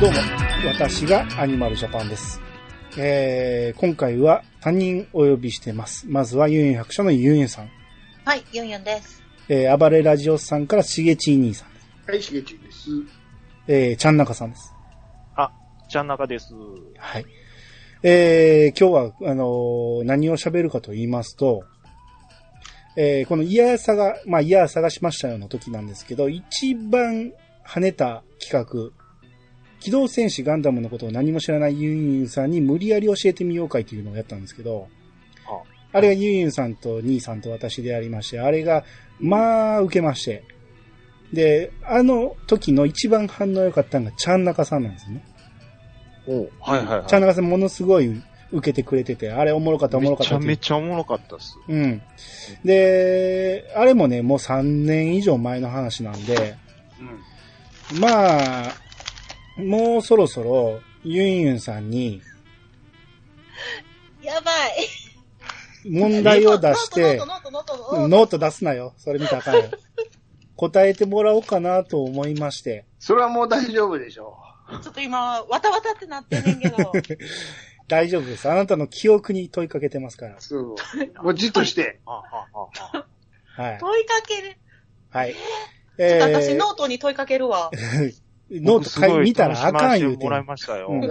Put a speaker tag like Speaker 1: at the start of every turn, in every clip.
Speaker 1: どうも、私がアニマルジャパンです。えー、今回は3人お呼びしてます。まずはユンユン百社のユンユンさん、
Speaker 2: はい、ユンユンです。
Speaker 1: えー、暴れラジオスさんからしげちい兄さん、
Speaker 3: はい、しげちです。
Speaker 1: えー、ちゃんなかさんです。
Speaker 4: あ、ちゃんなかです。
Speaker 1: はい。えー、今日は、あのー何を喋るかと言いますと、えー、このイヤーサが、まあ、イヤー探しましたよの時なんですけど、一番跳ねた企画、機動戦士ガンダムのことを何も知らないユンユンさんに無理やり教えてみようかいというのをやったんですけど、
Speaker 4: あ
Speaker 1: あれがユンユンさんと兄さんと私でやりまして、あれが、まあ、受けまして。で、あの時の一番反応良かったのがちゃんなかさんなんですね。
Speaker 4: おはいはいはい。
Speaker 1: ちゃんなかさんものすごい受けてくれてて、あれおもろかったおもろ
Speaker 4: め
Speaker 1: かっ
Speaker 4: ち
Speaker 1: た
Speaker 4: ゃ
Speaker 1: って
Speaker 4: めちゃおもろかったっす。
Speaker 1: うん。で、あれもね、もう3年以上前の話なんで、
Speaker 3: うん。
Speaker 1: まあ、もうそろそろ、ユンユンさんに
Speaker 2: やばい。
Speaker 1: 問題を出して、
Speaker 2: ノート、ノート、ノート、ノート。
Speaker 1: ノート出すなよ。それ見たらあかんよ。答えてもらおうかなと思いまして。
Speaker 3: それはもう大丈夫でしょ
Speaker 2: ちょっと今、わたわたってなってんねん けど。
Speaker 1: 大丈夫です。あなたの記憶に問いかけてますから
Speaker 3: う。。そう。 もうじっとして。
Speaker 4: あ、あ、あ、あ。
Speaker 1: はい。
Speaker 2: 問いかける。
Speaker 1: はい。
Speaker 2: ちょ
Speaker 1: え
Speaker 2: っと私、ノートに問いかけるわ。
Speaker 1: ノート書い見たらあかん言
Speaker 4: よ。
Speaker 1: うて
Speaker 4: も
Speaker 1: ん
Speaker 4: ら
Speaker 1: の
Speaker 4: い。ましたよ。
Speaker 1: うん
Speaker 3: 大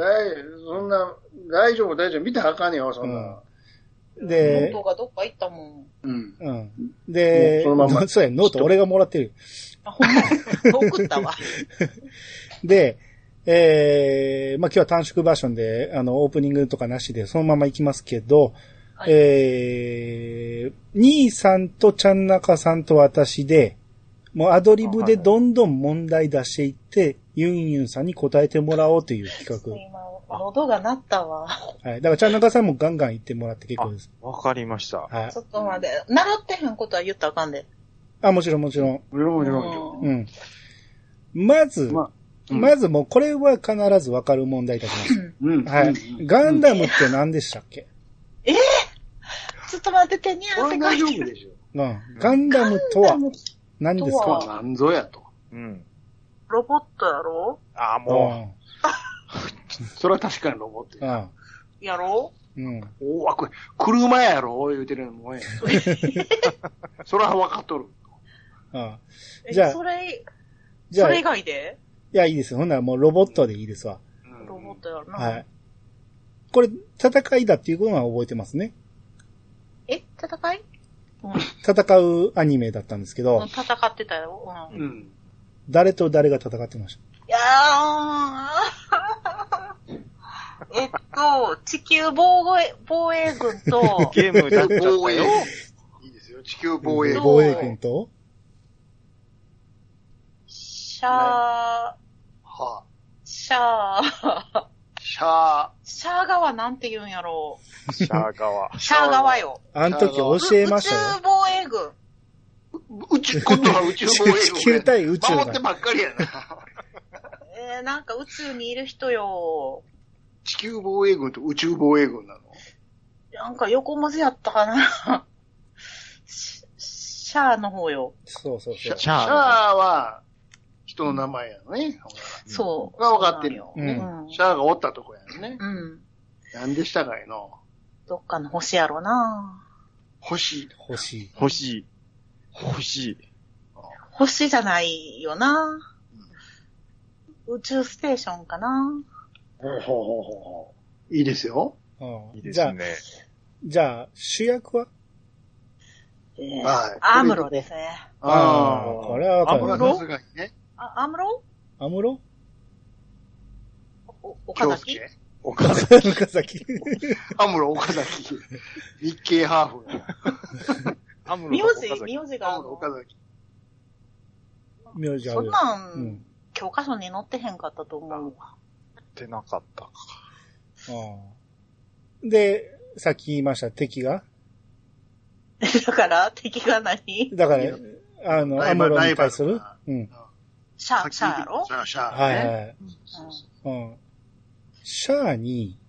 Speaker 3: そんな、大丈夫、大丈夫。見たらあかんよ、そんな。
Speaker 2: ノ
Speaker 1: で
Speaker 2: ー、トがどっか行ったもん。
Speaker 3: うん。
Speaker 1: うん。で、
Speaker 3: もうそのまん ま
Speaker 1: そうや、ノート俺がもらってるよ。
Speaker 2: あ、ほんま。送っ たわ。
Speaker 1: で、えー、まあ今日は短縮バージョンで、あの、オープニングとかなしで、そのまま行きますけど、
Speaker 2: はい
Speaker 1: えー、兄さんとちゃんなかさんと私で、もうアドリブでどんどん問題出していって、ユンユンさんに答えてもらおうという企
Speaker 2: 今、喉が鳴ったわ。
Speaker 1: 画。はい。だからちゃんなかさんもガンガン言ってもらって結構です。
Speaker 4: わかりました。
Speaker 1: はい
Speaker 2: ち。ょっと待って。習ってへんことは言ったらあかんで。
Speaker 1: あ、もちろんもちろん。
Speaker 3: もちろん、もちろんもちろ
Speaker 2: う
Speaker 1: うんん。まず、
Speaker 3: まあうん
Speaker 1: まずもうこれは必ずわかる問題いたします。
Speaker 3: ん。うん。
Speaker 1: は
Speaker 3: うん
Speaker 1: い。ガンダムって何でしたっけ
Speaker 2: ちょっと待って、手に
Speaker 3: これ
Speaker 2: 汗
Speaker 3: は
Speaker 2: か
Speaker 3: 大
Speaker 2: い
Speaker 3: 丈
Speaker 2: て
Speaker 3: 夫
Speaker 2: る。
Speaker 3: で しょ。
Speaker 1: うん。ガンダムとは何です
Speaker 2: と
Speaker 3: こ
Speaker 1: か
Speaker 2: は
Speaker 3: れは何ぞやと。
Speaker 4: うん。
Speaker 2: ロボットやろ
Speaker 4: あ、
Speaker 1: う
Speaker 4: も
Speaker 1: ん。
Speaker 3: それは確かにロボット
Speaker 1: う
Speaker 3: や。
Speaker 1: ん。
Speaker 2: やろ
Speaker 1: うん。
Speaker 3: おお、あ、これ、車やろ言うてるの もんや。それは分かっとる。
Speaker 1: うん。
Speaker 2: え
Speaker 1: じゃあ
Speaker 2: それ、
Speaker 1: じゃ
Speaker 2: そ
Speaker 1: あ、
Speaker 2: れ以
Speaker 1: い
Speaker 2: 外で
Speaker 1: や、いいですよ。ほんならもうロボットでいいですわ。
Speaker 3: うん
Speaker 2: ロボットやろな。
Speaker 1: はい。これ、戦いだっていうことは覚えてますね。
Speaker 2: え、戦いうん
Speaker 1: 戦うアニメだったんですけ
Speaker 2: うん。
Speaker 1: ど、
Speaker 2: 戦ってたよ。うん。い
Speaker 3: うん。
Speaker 1: 誰と誰が戦ってまし
Speaker 2: やー。 えっと、地球防衛、防衛軍と
Speaker 4: う、ゲームだっちゃった
Speaker 3: 防衛
Speaker 4: よ。。
Speaker 3: いいですよ。地球
Speaker 1: た
Speaker 3: 防衛。
Speaker 1: 防衛軍と
Speaker 2: シャー、
Speaker 3: は
Speaker 2: シャー、
Speaker 3: あ、シャ
Speaker 2: シャー側なんて言うんやろ
Speaker 4: シャー側。
Speaker 2: う。シャー側よ。
Speaker 1: あの時教えましたよ。
Speaker 2: 宇宙防衛軍。
Speaker 3: ー。宇宙、今度は宇宙防衛軍や。
Speaker 1: 地球対宇宙
Speaker 3: 守って
Speaker 1: が。
Speaker 3: ばっかりやな。
Speaker 2: えー、なんか宇宙にいる人よ。
Speaker 3: 地球防衛軍と宇宙防衛軍なの
Speaker 2: なんか横文字やったかな。 シシャーの方よ。
Speaker 1: そうそう
Speaker 3: シ
Speaker 1: そ
Speaker 3: ャ
Speaker 1: う。
Speaker 4: ャー
Speaker 3: シャアは人の名前やのね。
Speaker 2: そう。
Speaker 3: が分かってる
Speaker 2: よ
Speaker 3: よ。
Speaker 1: ね
Speaker 2: うん
Speaker 3: シャアがおったとこやのね。
Speaker 2: うん。
Speaker 3: なんでしたかいの
Speaker 2: どっかの星やろな。
Speaker 3: 星。
Speaker 1: 欲しい。
Speaker 4: 欲しい。欲しい。
Speaker 2: 星じゃないよな。宇宙ステーションかな。
Speaker 3: ほうほうほうほうほういいですよ。
Speaker 1: うん
Speaker 4: いいで
Speaker 1: じゃ
Speaker 4: す
Speaker 1: あ、
Speaker 4: ね。
Speaker 1: じゃあ、主役は
Speaker 2: えー
Speaker 3: はい
Speaker 2: アムロですね。
Speaker 1: ああ、これはわか
Speaker 4: ア
Speaker 1: る
Speaker 4: ム
Speaker 1: よ
Speaker 3: は
Speaker 1: ね。
Speaker 3: さすがにね。
Speaker 2: あアムロ
Speaker 1: アムロ
Speaker 2: お
Speaker 3: 京
Speaker 2: 岡崎
Speaker 3: 介。岡 崎。
Speaker 1: 岡崎。
Speaker 3: アムロ岡崎。日系ハーフの。
Speaker 4: アム
Speaker 2: 名
Speaker 4: ロと岡
Speaker 2: 字、
Speaker 4: 崎。
Speaker 2: 名字が
Speaker 3: ア
Speaker 2: あ
Speaker 3: ム
Speaker 2: るの。
Speaker 3: ロ岡崎。
Speaker 1: 名字あ
Speaker 2: そ
Speaker 1: るよ。
Speaker 2: んなん、
Speaker 1: うん。
Speaker 2: 教科書に載ってへんかったと思うわ。
Speaker 4: ってなかったか。
Speaker 1: うんで、さっき言いました敵が
Speaker 2: だから、敵が何シ
Speaker 1: だから、あの、
Speaker 3: ラ
Speaker 1: ア
Speaker 3: イバ
Speaker 1: ム
Speaker 3: ル
Speaker 1: ロに対す
Speaker 3: ラ
Speaker 1: る
Speaker 3: イバ
Speaker 1: うん。
Speaker 2: ャー、シャーやろ
Speaker 3: シャア、シャア
Speaker 1: はい
Speaker 3: ね。
Speaker 1: はい。
Speaker 2: うん
Speaker 1: うん。シャアに、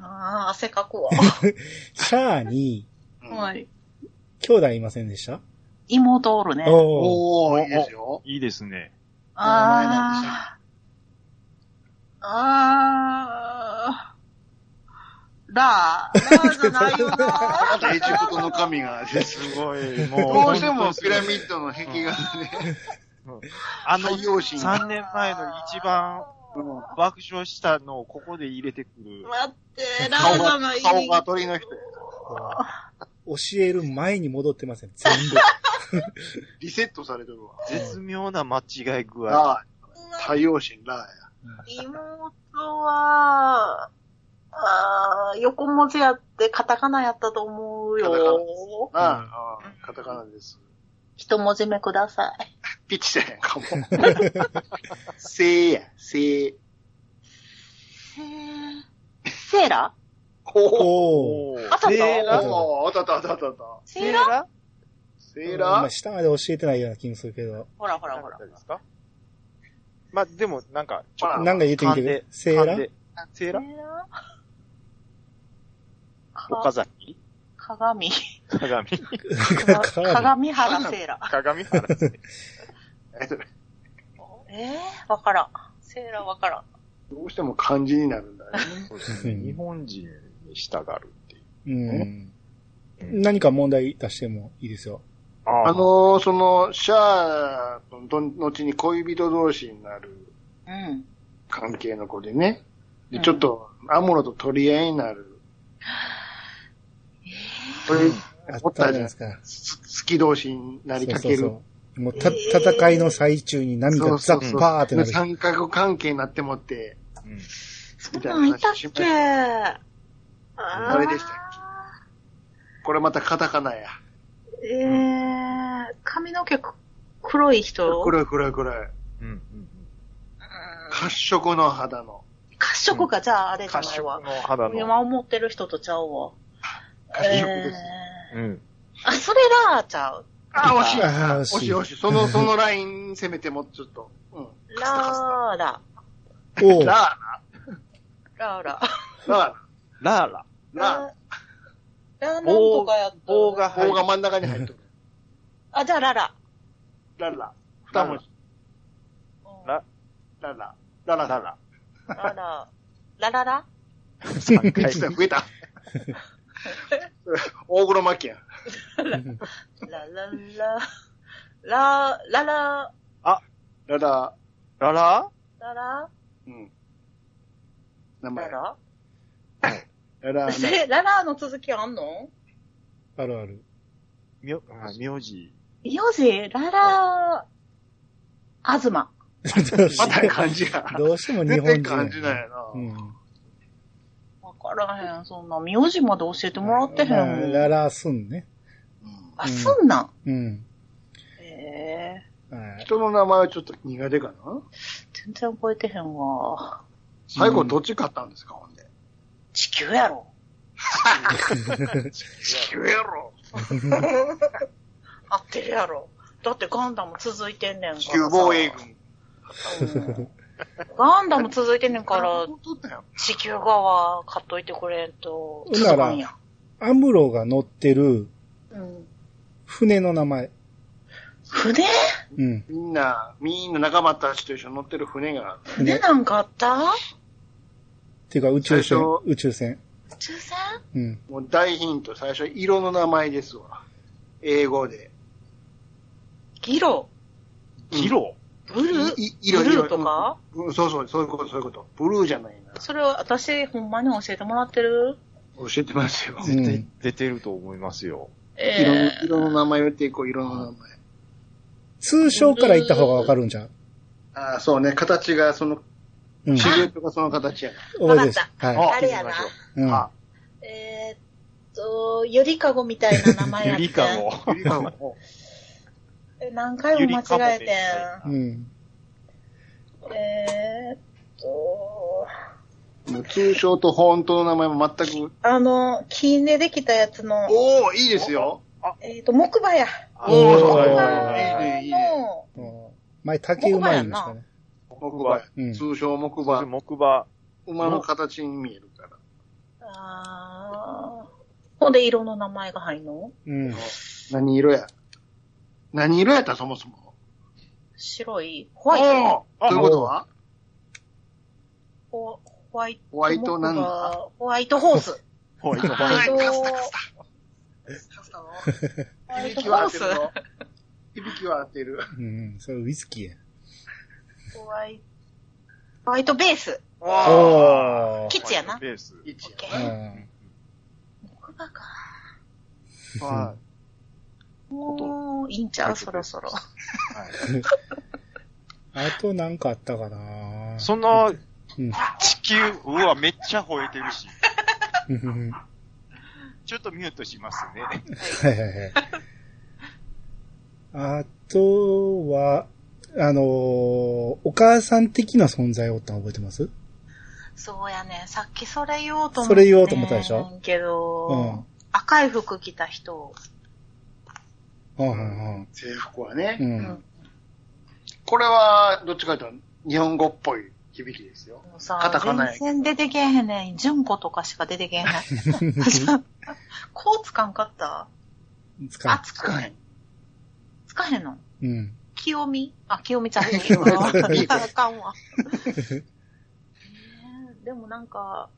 Speaker 2: ああ、汗かくわ。
Speaker 1: シャアに、
Speaker 3: うん
Speaker 2: はい。
Speaker 1: 兄弟いませんでした
Speaker 2: 妹おるね。
Speaker 1: おお。
Speaker 3: おー、いいですよ。
Speaker 4: いいですね。
Speaker 2: ああ。あー、ラー、ラーじゃないよ
Speaker 3: ま
Speaker 2: な
Speaker 3: たエジプトの神が、
Speaker 4: すごい、もう。
Speaker 3: どうしてもピラミッドの壁画がね、
Speaker 4: あの、
Speaker 3: 太陽神が
Speaker 4: 3年前の一番爆笑したのをここで入れてくる。
Speaker 2: 待 って、ラー
Speaker 3: 顔
Speaker 2: じゃな
Speaker 3: が
Speaker 2: い。
Speaker 3: 顔が鳥の人や。
Speaker 1: 教える前に戻ってません。全部。
Speaker 3: リセットされてるわ。
Speaker 4: 絶妙な間違い具合。
Speaker 3: ラー、太陽神ラーや。
Speaker 2: 妹は、あー横文字やってカタカナやったと思う
Speaker 3: カタカナで
Speaker 2: よ。
Speaker 3: なあ、あカタカナです。
Speaker 2: 一文字目ください。
Speaker 3: ピッチじゃへんかも。せいや、せい。
Speaker 2: へーセーラ
Speaker 3: おお。
Speaker 1: おー。
Speaker 4: おー
Speaker 2: あそうそう
Speaker 4: セーラ
Speaker 3: おーあたったあったあったあった。
Speaker 2: セーラ
Speaker 3: セー
Speaker 1: ま
Speaker 3: ラ
Speaker 1: あ下まで教えてないような気もするけど。
Speaker 2: ほらほ
Speaker 4: ほ
Speaker 2: ら
Speaker 4: ら
Speaker 2: ほ
Speaker 4: ほ
Speaker 2: ら
Speaker 4: ら。。まあ、でも、なんか、ちょっ
Speaker 3: まあ
Speaker 4: と、
Speaker 1: なんか言ってみてくれ
Speaker 4: 勘で。
Speaker 1: セーラ
Speaker 4: 勘でセーラ岡
Speaker 2: か
Speaker 4: 崎
Speaker 2: 鏡。
Speaker 4: 鏡
Speaker 1: 鏡
Speaker 2: 鏡原セーラ。
Speaker 4: 鏡原ですね。
Speaker 3: えっと
Speaker 2: えー、わからん。セーラわからん。
Speaker 3: どうしても漢字になるんだね。
Speaker 4: そうですね。日本人に従うっていう。
Speaker 1: うん。
Speaker 4: うん
Speaker 1: 何か問題出してもいいですよ。
Speaker 3: あ、
Speaker 4: あ
Speaker 3: のー、その、シャアと後に恋人同士になる
Speaker 2: うん。
Speaker 3: 関係の子でね。で、
Speaker 2: うん
Speaker 3: ちょっと、アムロと取り合いになる。これ、
Speaker 1: あっ
Speaker 3: おった
Speaker 1: じゃな
Speaker 3: たじ
Speaker 1: い
Speaker 3: ゃ
Speaker 1: で
Speaker 3: ん
Speaker 1: す。か。
Speaker 3: す好き同士になりかける。
Speaker 1: そうそう。もうた、戦いの最中に波がザッパーってなる。
Speaker 3: 三角関係になってもって、
Speaker 4: うん
Speaker 2: そんなんいたっけあ
Speaker 3: あれでしたっこれまたカタカナや。
Speaker 2: けえー、髪の毛く黒い人
Speaker 3: 黒い黒い黒い。
Speaker 4: うんうん
Speaker 2: うん
Speaker 3: 褐色の肌の。
Speaker 2: 褐色か、じゃああれじゃ
Speaker 4: 褐
Speaker 2: ない
Speaker 4: 色
Speaker 2: わ
Speaker 4: の。肌の。
Speaker 2: 今思ってる人とちゃうわ。
Speaker 3: 褐色
Speaker 2: え
Speaker 3: です。
Speaker 2: ー
Speaker 4: うん。
Speaker 2: あ、それラーちゃう。
Speaker 3: あ、惜しい。
Speaker 1: ああ、
Speaker 3: 惜しい惜しい。その、そのライン攻めてもちょっと。うん。
Speaker 2: ラーラ。
Speaker 1: おう
Speaker 3: ラ
Speaker 2: ラーラ。
Speaker 3: ー、ラ
Speaker 4: ラーラ。
Speaker 3: ー、ラ
Speaker 2: ー。ラーなんとかやった。
Speaker 4: 棒が
Speaker 3: ー。棒が
Speaker 4: 入
Speaker 3: 真ん中に入っとる。
Speaker 2: あ、じゃあララ。
Speaker 3: ララ。二文字。
Speaker 4: ラ
Speaker 3: ララ。ララ。ラ
Speaker 2: ララ。ラララ
Speaker 4: る。三
Speaker 3: ラ。
Speaker 4: 回。
Speaker 3: 一段増えた。 大黒摩季や。
Speaker 2: ラララ。ラー、ララ、
Speaker 3: ララ。
Speaker 4: ララ
Speaker 2: ララ、
Speaker 3: うん。名
Speaker 2: ラ
Speaker 3: 前。ラ
Speaker 2: ラ
Speaker 3: ラ。
Speaker 2: え、ララの続きあんの
Speaker 1: あるある。
Speaker 4: みょ、あ名字。
Speaker 2: よじ、ララ、あずま。
Speaker 1: どう
Speaker 3: ま
Speaker 1: して
Speaker 3: た
Speaker 1: も
Speaker 3: 漢字や。
Speaker 1: どうしても日
Speaker 3: 全
Speaker 1: 本人。
Speaker 3: 然漢字なんやな。
Speaker 1: うん。
Speaker 2: わからへん、そんな。名字まで教えてもらってへ
Speaker 1: まあラ
Speaker 2: ん。
Speaker 1: ラスンね。
Speaker 3: うん
Speaker 2: あ、すんなん。
Speaker 1: うん。
Speaker 2: ええ
Speaker 1: はい
Speaker 3: 人の名前はちょっと苦手かな
Speaker 2: 全然覚えてへんわ。
Speaker 3: 最後どっち買ったんですか、ほんで。
Speaker 2: 地球やろ。
Speaker 3: 地球やろ
Speaker 2: 合ってるやろ。だってガンダム続いてんねんから。
Speaker 3: 地球防衛。軍。
Speaker 2: うん、ガンダム続いてんねんから、
Speaker 3: 取ったよ。
Speaker 2: 地球側買っといてくれんと、
Speaker 1: うなら
Speaker 2: 続かんやん。
Speaker 1: アムロが乗ってる
Speaker 2: うん。
Speaker 1: 船の名前。
Speaker 2: 船
Speaker 1: うん。
Speaker 3: みんな、みんな仲間たちと一緒に乗ってる船がある、
Speaker 2: 船なんかあった
Speaker 1: っていうか宇宙船
Speaker 3: 最初。
Speaker 1: 宇宙船。
Speaker 2: 宇宙船
Speaker 1: うん。
Speaker 3: もう大ヒント、最初色の名前ですわ。英語で。
Speaker 2: ギロ
Speaker 4: ギロ
Speaker 2: ブルー
Speaker 3: いい
Speaker 2: ブ
Speaker 3: 色
Speaker 2: ル
Speaker 3: 色
Speaker 2: ーとか、
Speaker 3: うんうんそうそう、そういうこと、そういうこと。ブルーじゃないな。
Speaker 2: それを私、ほんまに教えてもらってる
Speaker 3: 教えてますよ。
Speaker 1: うん
Speaker 4: 絶対出てると思いますよ。
Speaker 2: え
Speaker 3: 色
Speaker 2: え
Speaker 3: の色の名前を言っていこう、色の名前。
Speaker 1: 通称から言った方がわかるんじゃん。
Speaker 3: ああ、そうね、形がその、
Speaker 1: うん。
Speaker 3: シ
Speaker 1: 覚
Speaker 3: ルエットがその形やな。
Speaker 1: えてる
Speaker 2: わかっ。
Speaker 1: は
Speaker 2: あれやな
Speaker 3: 行きましょう
Speaker 1: い。うん。
Speaker 3: あ
Speaker 2: えーっと、ゆりかごみたいな名前や
Speaker 4: ゆ
Speaker 2: ってん
Speaker 4: りかご。
Speaker 3: ゆりかご。
Speaker 2: え何回も間違えてん。
Speaker 1: うん。
Speaker 2: えーっと、
Speaker 3: もう通称と本当の名前も全く。
Speaker 2: あの、金でできたやつの、
Speaker 3: おおいいですよ。
Speaker 2: えーっと、木馬や。
Speaker 1: おー
Speaker 3: そう
Speaker 1: はい
Speaker 3: いい
Speaker 1: はい
Speaker 3: ね、いいね。
Speaker 2: の、
Speaker 1: うん前、竹馬いんですかね。
Speaker 3: 木馬。
Speaker 1: うん。
Speaker 3: 通称木
Speaker 4: そ
Speaker 3: 馬
Speaker 4: れ。木馬。
Speaker 3: 馬の形に見えるから。
Speaker 2: あーほんで色の名前が入んの
Speaker 1: うん。
Speaker 3: 何色や何色やったそもそも。
Speaker 2: 白いホ
Speaker 3: お
Speaker 2: ワイト
Speaker 3: おーということは
Speaker 2: ホホワイト。
Speaker 3: ホワイトなんだ
Speaker 2: だホワイトホース。
Speaker 4: ホワイト
Speaker 2: ホ
Speaker 4: バ
Speaker 2: ワ
Speaker 4: ー
Speaker 2: イ
Speaker 4: ジ
Speaker 2: ト
Speaker 4: ョン。
Speaker 2: ホー
Speaker 3: カスタカス
Speaker 2: ス。ホワイト
Speaker 3: 響き
Speaker 2: ホ
Speaker 3: は合
Speaker 2: ー
Speaker 3: ってる
Speaker 2: ス。
Speaker 3: ぞ。響きは合ってる。
Speaker 1: うん、それウイスキーや。
Speaker 2: ホワイト、ホワイトベース。
Speaker 1: お
Speaker 2: キッズやな。
Speaker 4: ベース。
Speaker 3: 一
Speaker 2: オッケ
Speaker 1: う
Speaker 2: ー。
Speaker 1: ん。
Speaker 2: 木馬か。
Speaker 4: は
Speaker 2: もう、いいんちゃうそろそろ。
Speaker 4: い。はい
Speaker 1: あとなんかあったかな
Speaker 4: その
Speaker 1: うん、
Speaker 4: 地球、うわ、めっちゃ吠えてるし。
Speaker 1: うん
Speaker 4: ちょっとミュートしますね。
Speaker 1: はいはいはい。あとは、あのーお母さん的な存在おったの覚えてます
Speaker 2: そうやね。さっきそれ言おうと思っ
Speaker 1: そ
Speaker 2: て。
Speaker 1: れ言おうと思ったでしょ
Speaker 2: け
Speaker 1: う
Speaker 2: ど
Speaker 1: ん、
Speaker 2: 赤い服着た人。
Speaker 1: うんうん
Speaker 3: 制服はね。
Speaker 1: うん。う。
Speaker 2: うんん。
Speaker 3: これは、どっちかというと、日本語っぽい響きですよ。
Speaker 2: もうさ
Speaker 3: カタカナやけど
Speaker 2: 全然出てけへんねん。純子とかしか出てけへん。こうつかんかった
Speaker 1: 使
Speaker 2: あ
Speaker 1: う、
Speaker 2: つ
Speaker 3: つか
Speaker 2: か
Speaker 3: へ
Speaker 2: へん。
Speaker 3: ん。
Speaker 2: つかへんの
Speaker 1: うん。
Speaker 2: 清美あ、清美ちゃん。
Speaker 3: 清美
Speaker 2: あかんわ。 ねえでもなんか、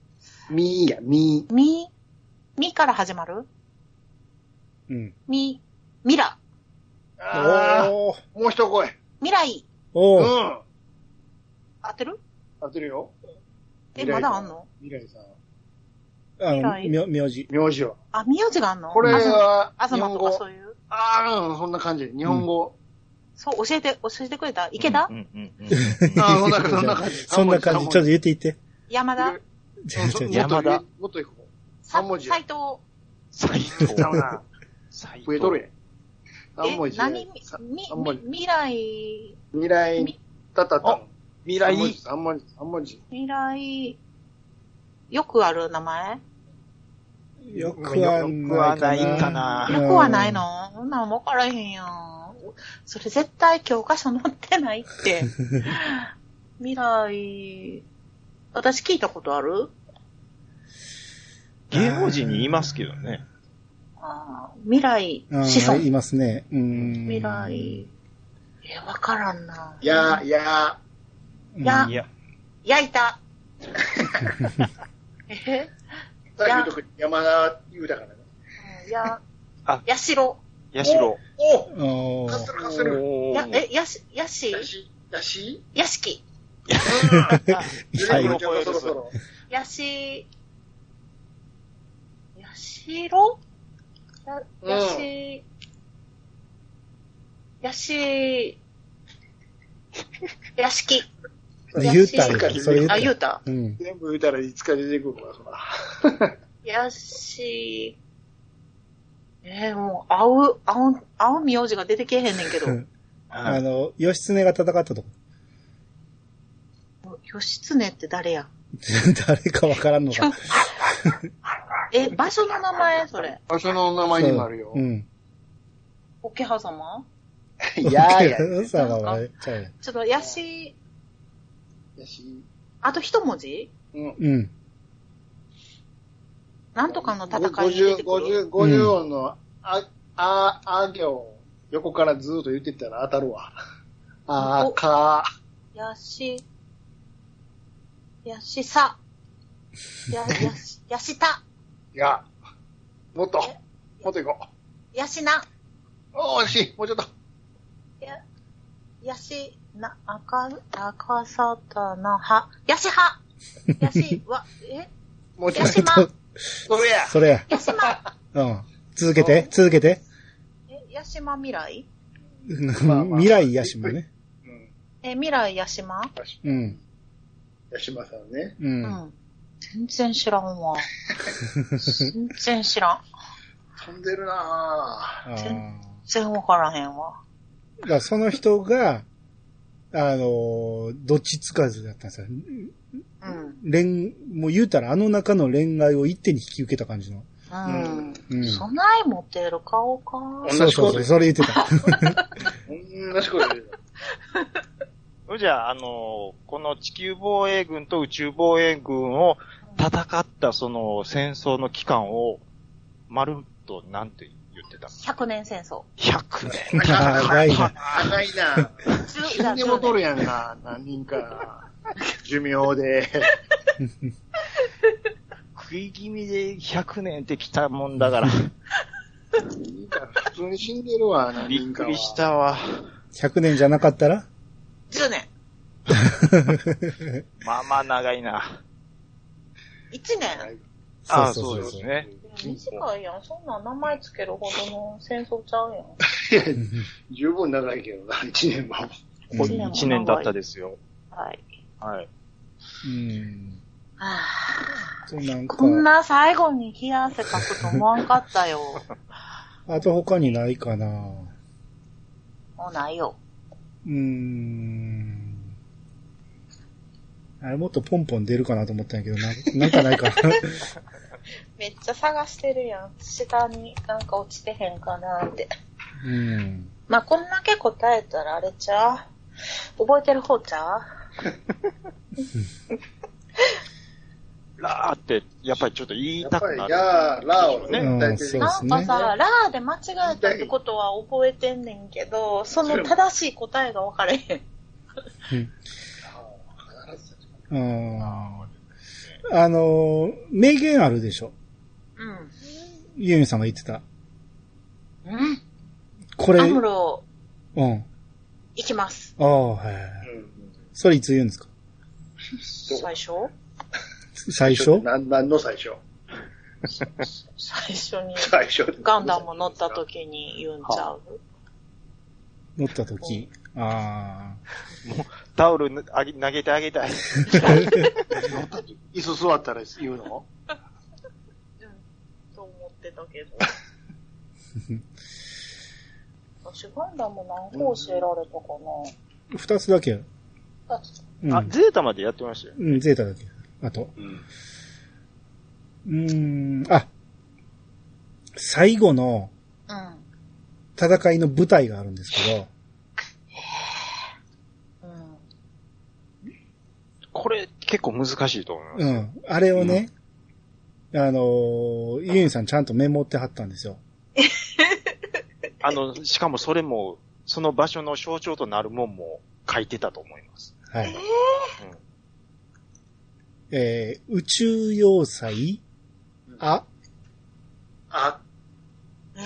Speaker 3: みーや、み
Speaker 2: み、みから始まる
Speaker 1: うん。
Speaker 2: み、ミラ、
Speaker 3: ー。あ
Speaker 1: おー
Speaker 3: あ、もう一声。
Speaker 2: 未来、
Speaker 3: う
Speaker 1: おー
Speaker 3: ん。
Speaker 2: 当てる
Speaker 3: 当てるよ。
Speaker 2: え、
Speaker 3: 未
Speaker 2: ま
Speaker 3: 来
Speaker 2: だあんの
Speaker 3: 未来さん。
Speaker 1: あの、みょ名字。
Speaker 3: 名字は。
Speaker 2: あ、名字があんの
Speaker 3: これは、
Speaker 2: あず
Speaker 3: 日
Speaker 2: ま
Speaker 3: 本
Speaker 2: とかそ
Speaker 3: 語。
Speaker 2: ういう。
Speaker 3: ああ、うん、そんな感じ。日本語。
Speaker 2: そう、教えて、教えてくれた池田、
Speaker 4: うんうんうん
Speaker 3: ああ、そんなそんな感じ。
Speaker 1: そんな感じ。ちょっと言って言って。
Speaker 2: 山田
Speaker 1: ちょちょちょ
Speaker 4: や山田
Speaker 3: もっともっと行こう。
Speaker 2: さ
Speaker 3: 三文字や
Speaker 2: 斎藤
Speaker 4: 斎藤
Speaker 3: ち。ゃうな。
Speaker 4: 斎藤
Speaker 3: 増えとるやん。三文
Speaker 2: え、
Speaker 3: 字や。
Speaker 2: 何み、
Speaker 3: さ
Speaker 2: み
Speaker 3: 三文、字
Speaker 2: 未来、
Speaker 3: 未来
Speaker 2: み、
Speaker 3: たたた。
Speaker 4: 未
Speaker 3: 三
Speaker 4: 来、
Speaker 3: 文字、三文字、三文字。
Speaker 2: 未来、よくある名前
Speaker 1: よくはないかな。
Speaker 4: よくはないかな
Speaker 2: よくはないのそんなん分からへんやん。それ絶対教科書載ってない って。未来、私聞いたことある
Speaker 4: 芸能人に言いますけどね。
Speaker 2: あー未来、
Speaker 1: うん。
Speaker 2: 子
Speaker 1: うんい
Speaker 2: 孫。
Speaker 1: ますね。うん。
Speaker 2: 未来、え、分からんな。
Speaker 3: や、や、
Speaker 1: うん。
Speaker 2: や
Speaker 4: いや、
Speaker 2: 焼いた。 え
Speaker 3: さっきのとこ山田優だからね。
Speaker 2: うんや
Speaker 4: あ、
Speaker 2: やしろ。
Speaker 4: ヤシロ。
Speaker 3: お
Speaker 1: お
Speaker 3: おカステ
Speaker 1: ー
Speaker 3: ルカステル。
Speaker 2: や、え、やし、やし
Speaker 3: だ、し、だし
Speaker 2: やしき。
Speaker 3: 出
Speaker 1: は
Speaker 3: て
Speaker 1: い
Speaker 3: くるちゃうかそろそろ。
Speaker 2: やし、やしろ
Speaker 3: うん
Speaker 2: や、やし、やし、やしき。
Speaker 1: 言うた
Speaker 3: やし
Speaker 1: よ。それ言うた
Speaker 2: あ、
Speaker 1: よ。
Speaker 2: 言うた。
Speaker 1: うん。
Speaker 3: 全部言うたらいつか出てくるから、そら。
Speaker 2: やし、えー、もう、青う、青う、青う名字が出てけえへんねんけど。
Speaker 1: あ
Speaker 4: あ
Speaker 1: の、義経が戦ったとこ。
Speaker 2: 義経って誰や
Speaker 1: 誰かわからんのか。
Speaker 2: え、場所の名前それ。
Speaker 3: 場所の名前にもあるよ
Speaker 1: う。ん。
Speaker 2: 桶狭間
Speaker 3: いやいや。
Speaker 1: さが割れちゃうよ
Speaker 2: ちょっと、やし、
Speaker 3: だし、
Speaker 2: あと一文字
Speaker 3: うん。
Speaker 1: うん。
Speaker 2: なんとかの戦いに出て
Speaker 3: 50、
Speaker 2: くる。
Speaker 3: 50、50音の、あ、あ、あ行、横からずーっと言ってったら当たるわ。あ
Speaker 2: お、
Speaker 3: か、
Speaker 2: やし、やしさ、や、やし、やした、
Speaker 3: が、もっと、もっと行こ
Speaker 2: やしな、
Speaker 3: う。おー、惜しい、もうちょっと。
Speaker 2: や、やし、な、あか、あかさたな、は、やしは、やし、わ、え、
Speaker 3: もうちょ
Speaker 2: や
Speaker 3: っ
Speaker 2: し
Speaker 3: と。
Speaker 2: ま、
Speaker 3: それや。
Speaker 1: それや。
Speaker 2: やしま、
Speaker 1: うん。続けて、続けて。
Speaker 2: え、やしま未来
Speaker 3: まあまあ
Speaker 1: 未来やしもね。
Speaker 3: うん。
Speaker 2: え、未来やしま
Speaker 1: うん。
Speaker 3: 八島さんね。
Speaker 1: う。
Speaker 2: うんん。全然知らんわ。全然知らん。
Speaker 3: 飛んでるなぁ。
Speaker 1: あー
Speaker 2: 全然わからへんわ。
Speaker 1: だからその人が、あのー、どっちつかずだったんですよ。
Speaker 2: うん。
Speaker 1: 恋、もう言うたらあの中の恋愛を一手に引き受けた感じの。
Speaker 2: うん。
Speaker 1: うん。そ
Speaker 2: 備え持てる顔か。
Speaker 1: うそうそう、それ言ってた。
Speaker 3: 同じこと言うよ
Speaker 4: のじゃあ、あの、この地球防衛軍と宇宙防衛軍を戦ったその戦争の期間を、まるっとなんて言ってたの
Speaker 2: 100年戦争。
Speaker 4: ?100 年。
Speaker 1: 長いな。
Speaker 3: 長いなぁ。死んでもとるやんな、何人か。寿命で。
Speaker 4: 食い気味で100年ってきたもんだ から、
Speaker 3: いいから、普通に死んでるわ、何
Speaker 4: び
Speaker 3: 人
Speaker 4: っ
Speaker 3: か
Speaker 4: く
Speaker 3: は
Speaker 4: りし。たわ。
Speaker 1: 100年じゃなかったら
Speaker 2: 10年。
Speaker 4: まあまあ長いな。
Speaker 2: 1
Speaker 3: は
Speaker 2: 年
Speaker 3: い
Speaker 4: ああ、
Speaker 1: そうそう
Speaker 4: そ
Speaker 1: そ
Speaker 4: う
Speaker 1: う
Speaker 4: ですね。
Speaker 2: 短いやん。そんな名前つけるほどの戦争ちゃうやん。
Speaker 3: いや十分長いけどな、1年は。
Speaker 4: ここ1年だったですよ。
Speaker 2: はい。
Speaker 4: はい。
Speaker 1: うん。
Speaker 2: はあ
Speaker 1: そうなんか
Speaker 2: こんな最後に冷や汗かくと思わんかったよ。
Speaker 1: あと他にないかな
Speaker 2: もうないよ。
Speaker 1: うーん。あれもっとポンポン出るかなと思ったんやけど、ななんかないか。
Speaker 2: めっちゃ探してるやん。下になんか落ちてへんかなって。
Speaker 1: うん。
Speaker 2: まあ、こんだけ答えたらあれちゃう覚えてる方ちゃう
Speaker 4: ラーって、やっぱりちょっと言い
Speaker 3: やったぱ
Speaker 4: く
Speaker 3: り、
Speaker 4: なる。
Speaker 3: やー、ラーを
Speaker 1: う
Speaker 3: ね、
Speaker 1: ん
Speaker 3: 大体
Speaker 1: そうで
Speaker 2: な
Speaker 1: す
Speaker 2: ん
Speaker 1: ね
Speaker 2: かさ、ラーで間違えたってことは覚えてんねんけど、その正しい答えが分かれへん。
Speaker 1: あーあのー、名言あるでしょ。
Speaker 2: うん。
Speaker 1: ユーミンさんが言ってた。
Speaker 2: うん。
Speaker 1: これ、
Speaker 2: アム
Speaker 1: うん。
Speaker 2: ロ、
Speaker 1: あ
Speaker 2: 行きます。
Speaker 1: あ、はいはいはい。それいつ言うんですか
Speaker 2: 最初
Speaker 1: 最初
Speaker 3: 何何の最初
Speaker 2: 最初に、
Speaker 3: 最初。
Speaker 2: ガンダム乗った。時に言うんちゃう
Speaker 1: 乗った時。あ
Speaker 4: タオルぬあげ投げてあげたい。
Speaker 3: 椅子座ったら言うの
Speaker 2: と思ってた けど。私、ガンダム何個教えられた
Speaker 1: あ、
Speaker 2: か
Speaker 1: 二つだけ。
Speaker 2: な。あ
Speaker 1: うん。
Speaker 4: あ、ゼータまでやってましたよ。
Speaker 1: うん、ゼータだけ。あと。
Speaker 3: うん。
Speaker 1: うーん、あ、最後の戦いの舞台があるんですけど、
Speaker 2: うん。うん。
Speaker 4: これ結構難しいと思います
Speaker 1: う。ん。あれをね、あのー、ユーンさんちゃんとメモってはったんですよ。
Speaker 4: あの、しかもそれも、その場所の象徴となるもんも書いてたと思います。
Speaker 1: はい。えー、宇宙要塞、あ、
Speaker 3: あ、
Speaker 2: え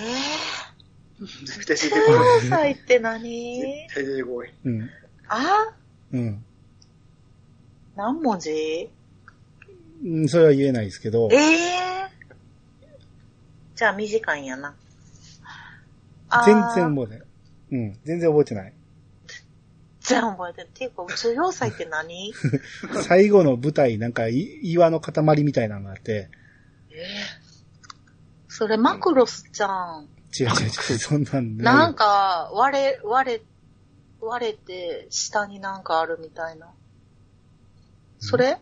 Speaker 3: 絶対 出て
Speaker 2: ぇ、
Speaker 3: こ
Speaker 2: ー、
Speaker 3: ない。
Speaker 2: 要塞って何
Speaker 3: 絶対出てこない。
Speaker 1: うん、
Speaker 2: あ
Speaker 1: うん
Speaker 2: 何文字
Speaker 1: うん。それは言えないですけど
Speaker 2: え、えじゃあ短いんやな。あー
Speaker 1: 全然覚えてない。うん、全然覚えてない。
Speaker 2: 全然覚えてる。っていうか、宇宙要塞って 何
Speaker 1: 最後の舞台、なんかい、岩の塊みたいなのがあって、
Speaker 2: それマクロスじゃん。
Speaker 1: 違う違う違う、そんなんない
Speaker 2: なんか、割れ、割れ、割れて、下になんかあるみたいな。それ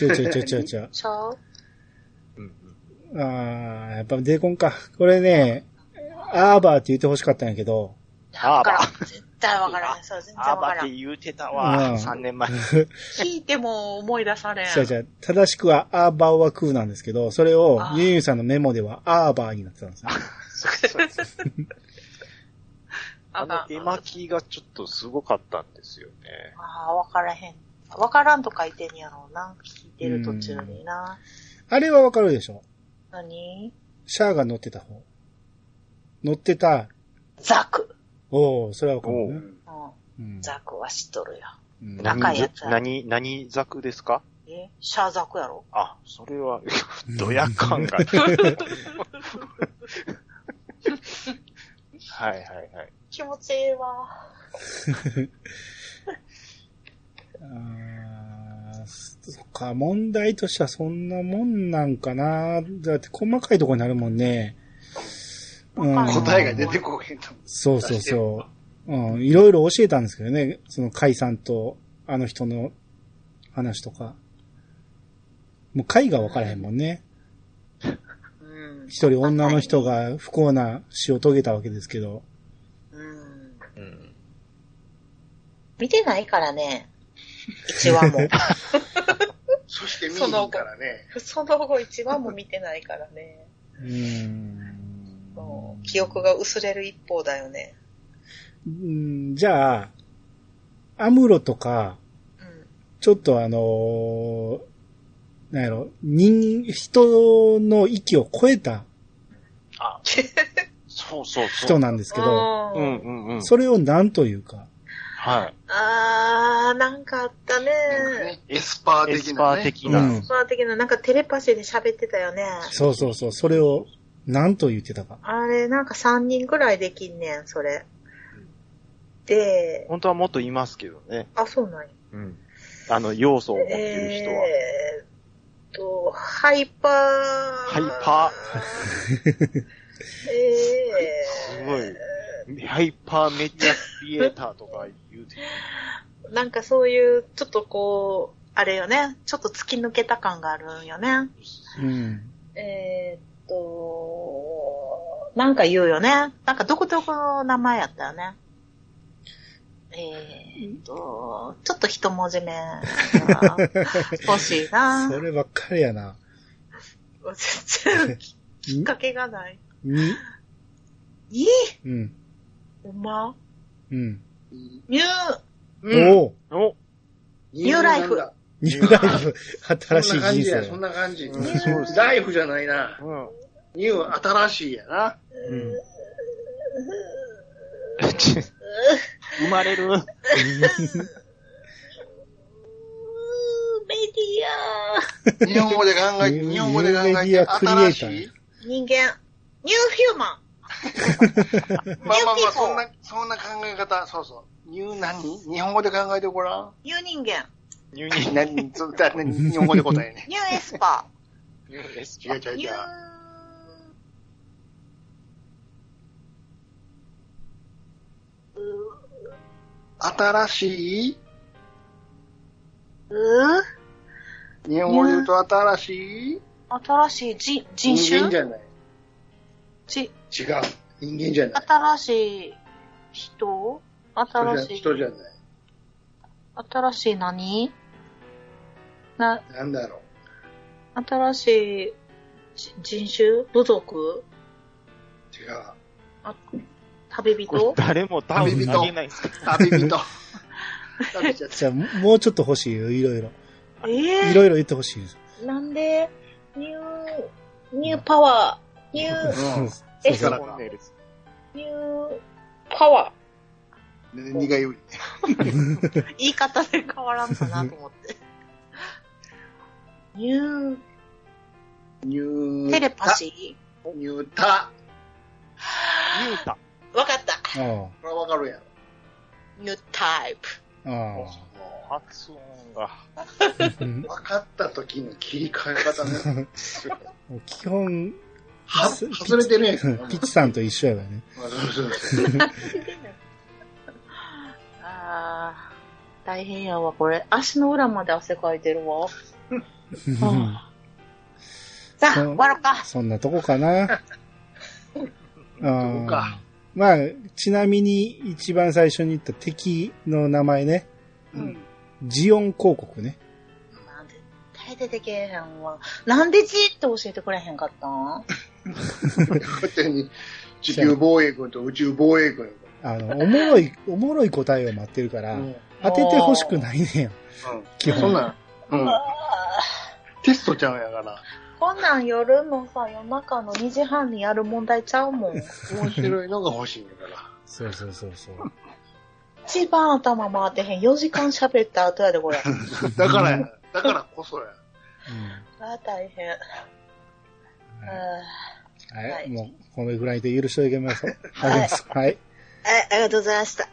Speaker 1: 違う違う違う違う違う。
Speaker 2: ちゃう
Speaker 4: うん。
Speaker 1: ああ、やっぱデーコンか。これね、アーバーって言って欲しかったんやけど、
Speaker 2: だ
Speaker 4: アー
Speaker 2: か
Speaker 4: バ
Speaker 2: ら
Speaker 4: ー、
Speaker 2: 絶対わからん。そう、全然
Speaker 4: アー
Speaker 2: わ
Speaker 4: バ
Speaker 2: か
Speaker 4: ーっ
Speaker 2: ら
Speaker 4: て
Speaker 2: ん。
Speaker 4: 言うてたわ、
Speaker 1: うん
Speaker 4: 3年前。
Speaker 2: 聞いても思い出されん。
Speaker 1: 違う違う、正しくはアーバーは空なんですけど、それを
Speaker 2: あー
Speaker 1: ユーユーさんのメモではアーバーになってたんですよ。
Speaker 4: あ
Speaker 2: あ
Speaker 4: の
Speaker 2: かん、
Speaker 4: 絵巻きがちょっとすごかったんですよね。
Speaker 2: ああ、わからへん。わからんと書いてんやろうな。聞いてる途中にな。
Speaker 1: あれはわかるでしょ
Speaker 2: 何
Speaker 1: シャアが乗ってた方。乗ってた。
Speaker 2: ザク。
Speaker 1: おおそれはわかる
Speaker 4: お
Speaker 1: ね
Speaker 4: う。
Speaker 2: う
Speaker 1: うん
Speaker 2: ん。ザクは知っとるよ。
Speaker 1: うん
Speaker 2: な仲いいやつ
Speaker 4: 何、何ザクですか
Speaker 2: えシャーザクやろ
Speaker 4: あ、それ は、ドヤ感 が。はいはいはい。
Speaker 2: 気持ちいいわ。
Speaker 1: あーそっか、問題としてはそんなもんなんかな。だって細かいとこになるもんね。うん
Speaker 3: 答えが出てこへんと思う。
Speaker 1: そうそうそう。うん、いろいろ教えたんですけどね。その、海さんと、あの人の話とか。もう、海が分からへんもんね。
Speaker 2: うん。
Speaker 1: 一人女の人が不幸な死を遂げたわけですけど。
Speaker 2: うん。
Speaker 4: うん、
Speaker 2: 見てないからね。一話も。
Speaker 3: そして見に行からね。
Speaker 2: その後一話も見てないからね。
Speaker 1: うーん。
Speaker 2: もう記憶が薄れる一方だよね。
Speaker 1: うんじゃあ、アムロとか、
Speaker 2: うん。
Speaker 1: ちょっとあのーなんやろ、人、人の域を超えた
Speaker 4: あ、 そうそうそう。
Speaker 1: 人なんですけど、
Speaker 2: う
Speaker 4: うん
Speaker 2: ん。
Speaker 4: うんうん。
Speaker 1: それを何というか、
Speaker 4: はい。
Speaker 2: あー、なんかあったね。
Speaker 4: エ
Speaker 3: エ
Speaker 4: ス
Speaker 3: スパー
Speaker 4: エ
Speaker 3: 的
Speaker 4: スパ
Speaker 3: な、
Speaker 4: ー
Speaker 3: ね。
Speaker 4: 的
Speaker 1: う
Speaker 4: な。
Speaker 1: ん。
Speaker 2: その時のなんかテレパシーで喋ってたよね。
Speaker 1: そうそうそう、それを何と言ってたか。
Speaker 2: あれ、なんか3人ぐらいできんねん、それ。で、
Speaker 4: 本当はもっといますけどね。
Speaker 2: あ、そうなんや。
Speaker 4: うん。あの、要素を持ってる人は。
Speaker 2: えーっと、ハイパー。ハ
Speaker 4: イパ
Speaker 2: ー。 え
Speaker 4: すごい。ハイパーメディアクリエイターとか言うて。
Speaker 2: ー、なんかそういう、ちょっとこう、あれよね、ちょっと突き抜けた感があるんよね。
Speaker 1: うん。
Speaker 2: えーっと、なんか言うよね。なんか独特の名前やったよね。えーっと、ちょっと一文字目が 欲しいな。
Speaker 1: そればっかりやな。
Speaker 2: 全然きっかけがない。
Speaker 1: に、
Speaker 2: いい
Speaker 1: うん、
Speaker 2: ほんま
Speaker 1: うん。
Speaker 2: ニュー
Speaker 4: うん
Speaker 1: おう
Speaker 4: お
Speaker 3: ニ
Speaker 2: ニューライフ
Speaker 1: ニューライフ、新しい人生
Speaker 3: そんな感じや、そん
Speaker 4: う
Speaker 3: なん感じ。
Speaker 4: そうです
Speaker 3: ライフじゃないな。
Speaker 4: うん。
Speaker 3: ニュー、新しいやな。
Speaker 1: うん。
Speaker 4: 生まれる。
Speaker 2: メディ
Speaker 3: 日本語で考えて、
Speaker 1: ニュー
Speaker 3: 日本語で考え
Speaker 1: ニューメデ
Speaker 3: て、
Speaker 1: ィアクリエイ
Speaker 3: 新し
Speaker 1: ター
Speaker 3: い。
Speaker 2: ア人間、ニューヒューマン。
Speaker 3: まあまあ
Speaker 2: ニューピー
Speaker 3: まあ、
Speaker 2: ポー
Speaker 3: そんな、そんな考え方、そうそう。ニュー何日本語で考えてごらん。
Speaker 2: ニュー人間、
Speaker 4: ニューニュ
Speaker 3: 何、そんな何日本語で答えね。
Speaker 2: ニューエスパ
Speaker 4: ニューエス
Speaker 3: 違う違
Speaker 2: ー、
Speaker 3: う
Speaker 2: ニ
Speaker 3: 違
Speaker 2: ュ
Speaker 3: う
Speaker 2: ー。、
Speaker 3: 新しいう
Speaker 2: ー
Speaker 3: 日本語で言うと新しい
Speaker 2: 新しい人、人
Speaker 3: 人間じ
Speaker 2: 種
Speaker 3: ゃない。
Speaker 2: じ
Speaker 3: 違う。人間じゃない。
Speaker 2: 新しい人新しい、
Speaker 3: 人じゃない。
Speaker 2: 新しい何な、
Speaker 3: なんだろ
Speaker 2: 新しいじ人種部族
Speaker 3: う。違う。
Speaker 2: 旅
Speaker 4: これ
Speaker 2: 人
Speaker 4: 誰も多分投げないんですか
Speaker 3: 旅 人。旅人
Speaker 1: じゃあ、ももうちょっと欲しいよ、いろいろ。
Speaker 2: え
Speaker 1: いろいろ言ってほしいです。
Speaker 2: なんで、ニュー、ニューパワー、ニュー、
Speaker 1: そううんそうそう。
Speaker 4: コンネルス
Speaker 2: ニューパワ
Speaker 3: 何が言う
Speaker 2: ー。言い方で変わらんかなと思 って。ニュ
Speaker 3: ニュ
Speaker 2: ー、
Speaker 3: ー。
Speaker 2: テレパシ
Speaker 3: ー。ニュータ。
Speaker 4: ニュータ。
Speaker 2: ーわかった。
Speaker 1: あ
Speaker 3: これわかるやん。
Speaker 2: ニュータイプ。
Speaker 1: あ。あ
Speaker 4: 発音が。
Speaker 1: あ。
Speaker 3: 分かった時の切り替え方ね。
Speaker 1: もう基本、
Speaker 3: は、外れてるやんけ。
Speaker 1: ピチさんと一緒やからね。
Speaker 3: そうそうそう
Speaker 2: あー、大変やわ、これ。足の裏まで汗かいてるわ。あさあ、
Speaker 1: そう
Speaker 2: 終わろうか。
Speaker 1: そんなとこかな。 あ
Speaker 3: どう
Speaker 1: あ
Speaker 3: か。
Speaker 1: まあ、ちなみに一番最初に言った敵の名前ね。
Speaker 2: うん。
Speaker 1: ジオン広告ね。
Speaker 2: なんで、絶対出てけえへんわ。なんでじーっと教えてくれへんかったん
Speaker 3: 勝手に地球防衛軍と宇宙防衛軍。
Speaker 1: あ の、おもろい、おもろい答えを待ってるから、当ててほしくないねんや。基
Speaker 3: うんそ
Speaker 1: 本。
Speaker 3: んなん、うん、テストちゃうんやから。
Speaker 2: こんなん夜のさ、夜中の2時半にやる問題ちゃうもん。
Speaker 3: 面白いのが欲しいんやから。
Speaker 1: そうそうそうそう。
Speaker 2: 一番頭回ってへん。4時間喋った後やで、これ。
Speaker 3: だからや。だからこそや。
Speaker 2: あー大変。
Speaker 1: うんはい
Speaker 2: あ
Speaker 1: はい、
Speaker 2: は い
Speaker 1: もう、このぐらいで許してあげます。あげますはい。
Speaker 2: ーあありがとうございました。